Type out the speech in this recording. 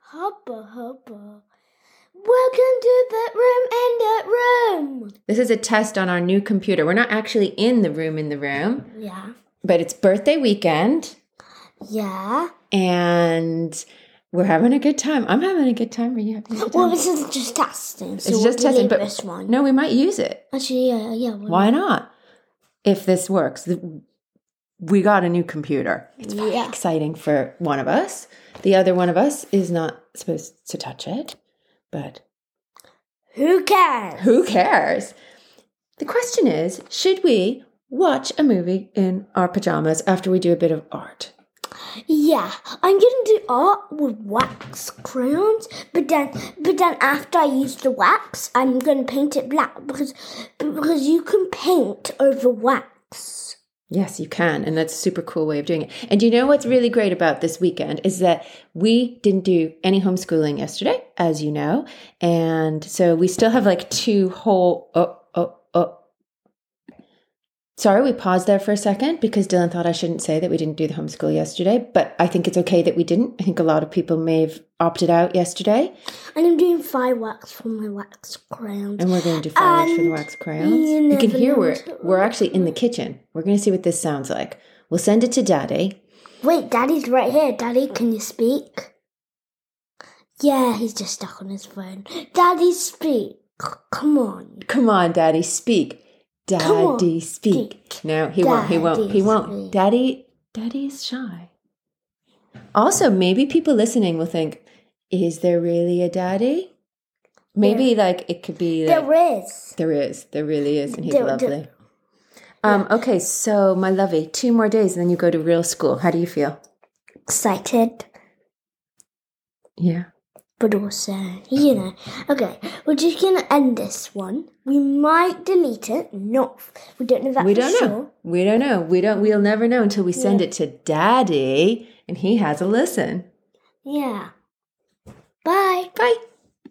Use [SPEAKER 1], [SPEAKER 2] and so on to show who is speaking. [SPEAKER 1] Hubba hubba. Welcome to the room in the room.
[SPEAKER 2] This is a test on our new computer. We're not actually in the room in the room,
[SPEAKER 1] Yeah.
[SPEAKER 2] but it's birthday weekend
[SPEAKER 1] Yeah.
[SPEAKER 2] and we're having a good time. I'm having a good time. Are you having a good
[SPEAKER 1] Well,
[SPEAKER 2] time?
[SPEAKER 1] this is just testing. So
[SPEAKER 2] It's
[SPEAKER 1] we'll
[SPEAKER 2] just testing,
[SPEAKER 1] delete
[SPEAKER 2] but-
[SPEAKER 1] this one.
[SPEAKER 2] No, we might use it.
[SPEAKER 1] Actually, yeah, yeah. why
[SPEAKER 2] Why not? If this works, The- we got a new computer. It's very
[SPEAKER 1] Yeah.
[SPEAKER 2] exciting for one of us. The other one of us is not supposed to touch it, but
[SPEAKER 1] Who cares?
[SPEAKER 2] Who cares? The question is should we watch a movie in our pajamas after we do a bit of art?
[SPEAKER 1] Yeah, I'm gonna do art with wax crayons, but then, but then after I use the wax, I'm gonna paint it black because because you can paint over wax.
[SPEAKER 2] Yes, you can. And that's a super cool way of doing it. And you know what's really great about this weekend is that we didn't do any homeschooling yesterday, as you know. And so we still have like two whole. Oh, oh, oh. Sorry, we paused there for a second because Dylan thought I shouldn't say that we didn't do the homeschool yesterday, but I think it's okay that we didn't. I think a lot of people may have opted out yesterday.
[SPEAKER 1] And I'm doing fireworks for my wax crayons.
[SPEAKER 2] And we're going to do fireworks for the
[SPEAKER 1] And
[SPEAKER 2] wax crayons.
[SPEAKER 1] you
[SPEAKER 2] You, can
[SPEAKER 1] never
[SPEAKER 2] hear
[SPEAKER 1] know
[SPEAKER 2] we're
[SPEAKER 1] until-
[SPEAKER 2] we're actually in the kitchen. We're going to see what this sounds like. We'll send it to Daddy.
[SPEAKER 1] Wait, Daddy's right here. Daddy, can you speak? Yeah, he's just stuck on his phone. Daddy, speak. C- Come on.
[SPEAKER 2] Come on, Daddy, speak.
[SPEAKER 1] Come on,
[SPEAKER 2] Daddy, speak. No, he won't. He won't. He
[SPEAKER 1] Daddy,
[SPEAKER 2] won't.
[SPEAKER 1] speak.
[SPEAKER 2] Daddy, Daddy is shy. Also, maybe people listening will think, "Is there really a daddy?" Maybe like it could be like,
[SPEAKER 1] There is.
[SPEAKER 2] there is, there really is, and he's
[SPEAKER 1] There- there-
[SPEAKER 2] lovely. um, okay, so my lovey, two more days, and then you go to real school. How do you feel?
[SPEAKER 1] Excited.
[SPEAKER 2] Yeah.
[SPEAKER 1] but also, you know. Okay, we're just gonna end this one. We might delete it. Not, we don't know that
[SPEAKER 2] we
[SPEAKER 1] for
[SPEAKER 2] don't
[SPEAKER 1] sure.
[SPEAKER 2] know. We don't know. We don't. We'll never know until we send
[SPEAKER 1] Yeah.
[SPEAKER 2] it to Daddy and he has a listen.
[SPEAKER 1] Yeah. Bye.
[SPEAKER 2] Bye.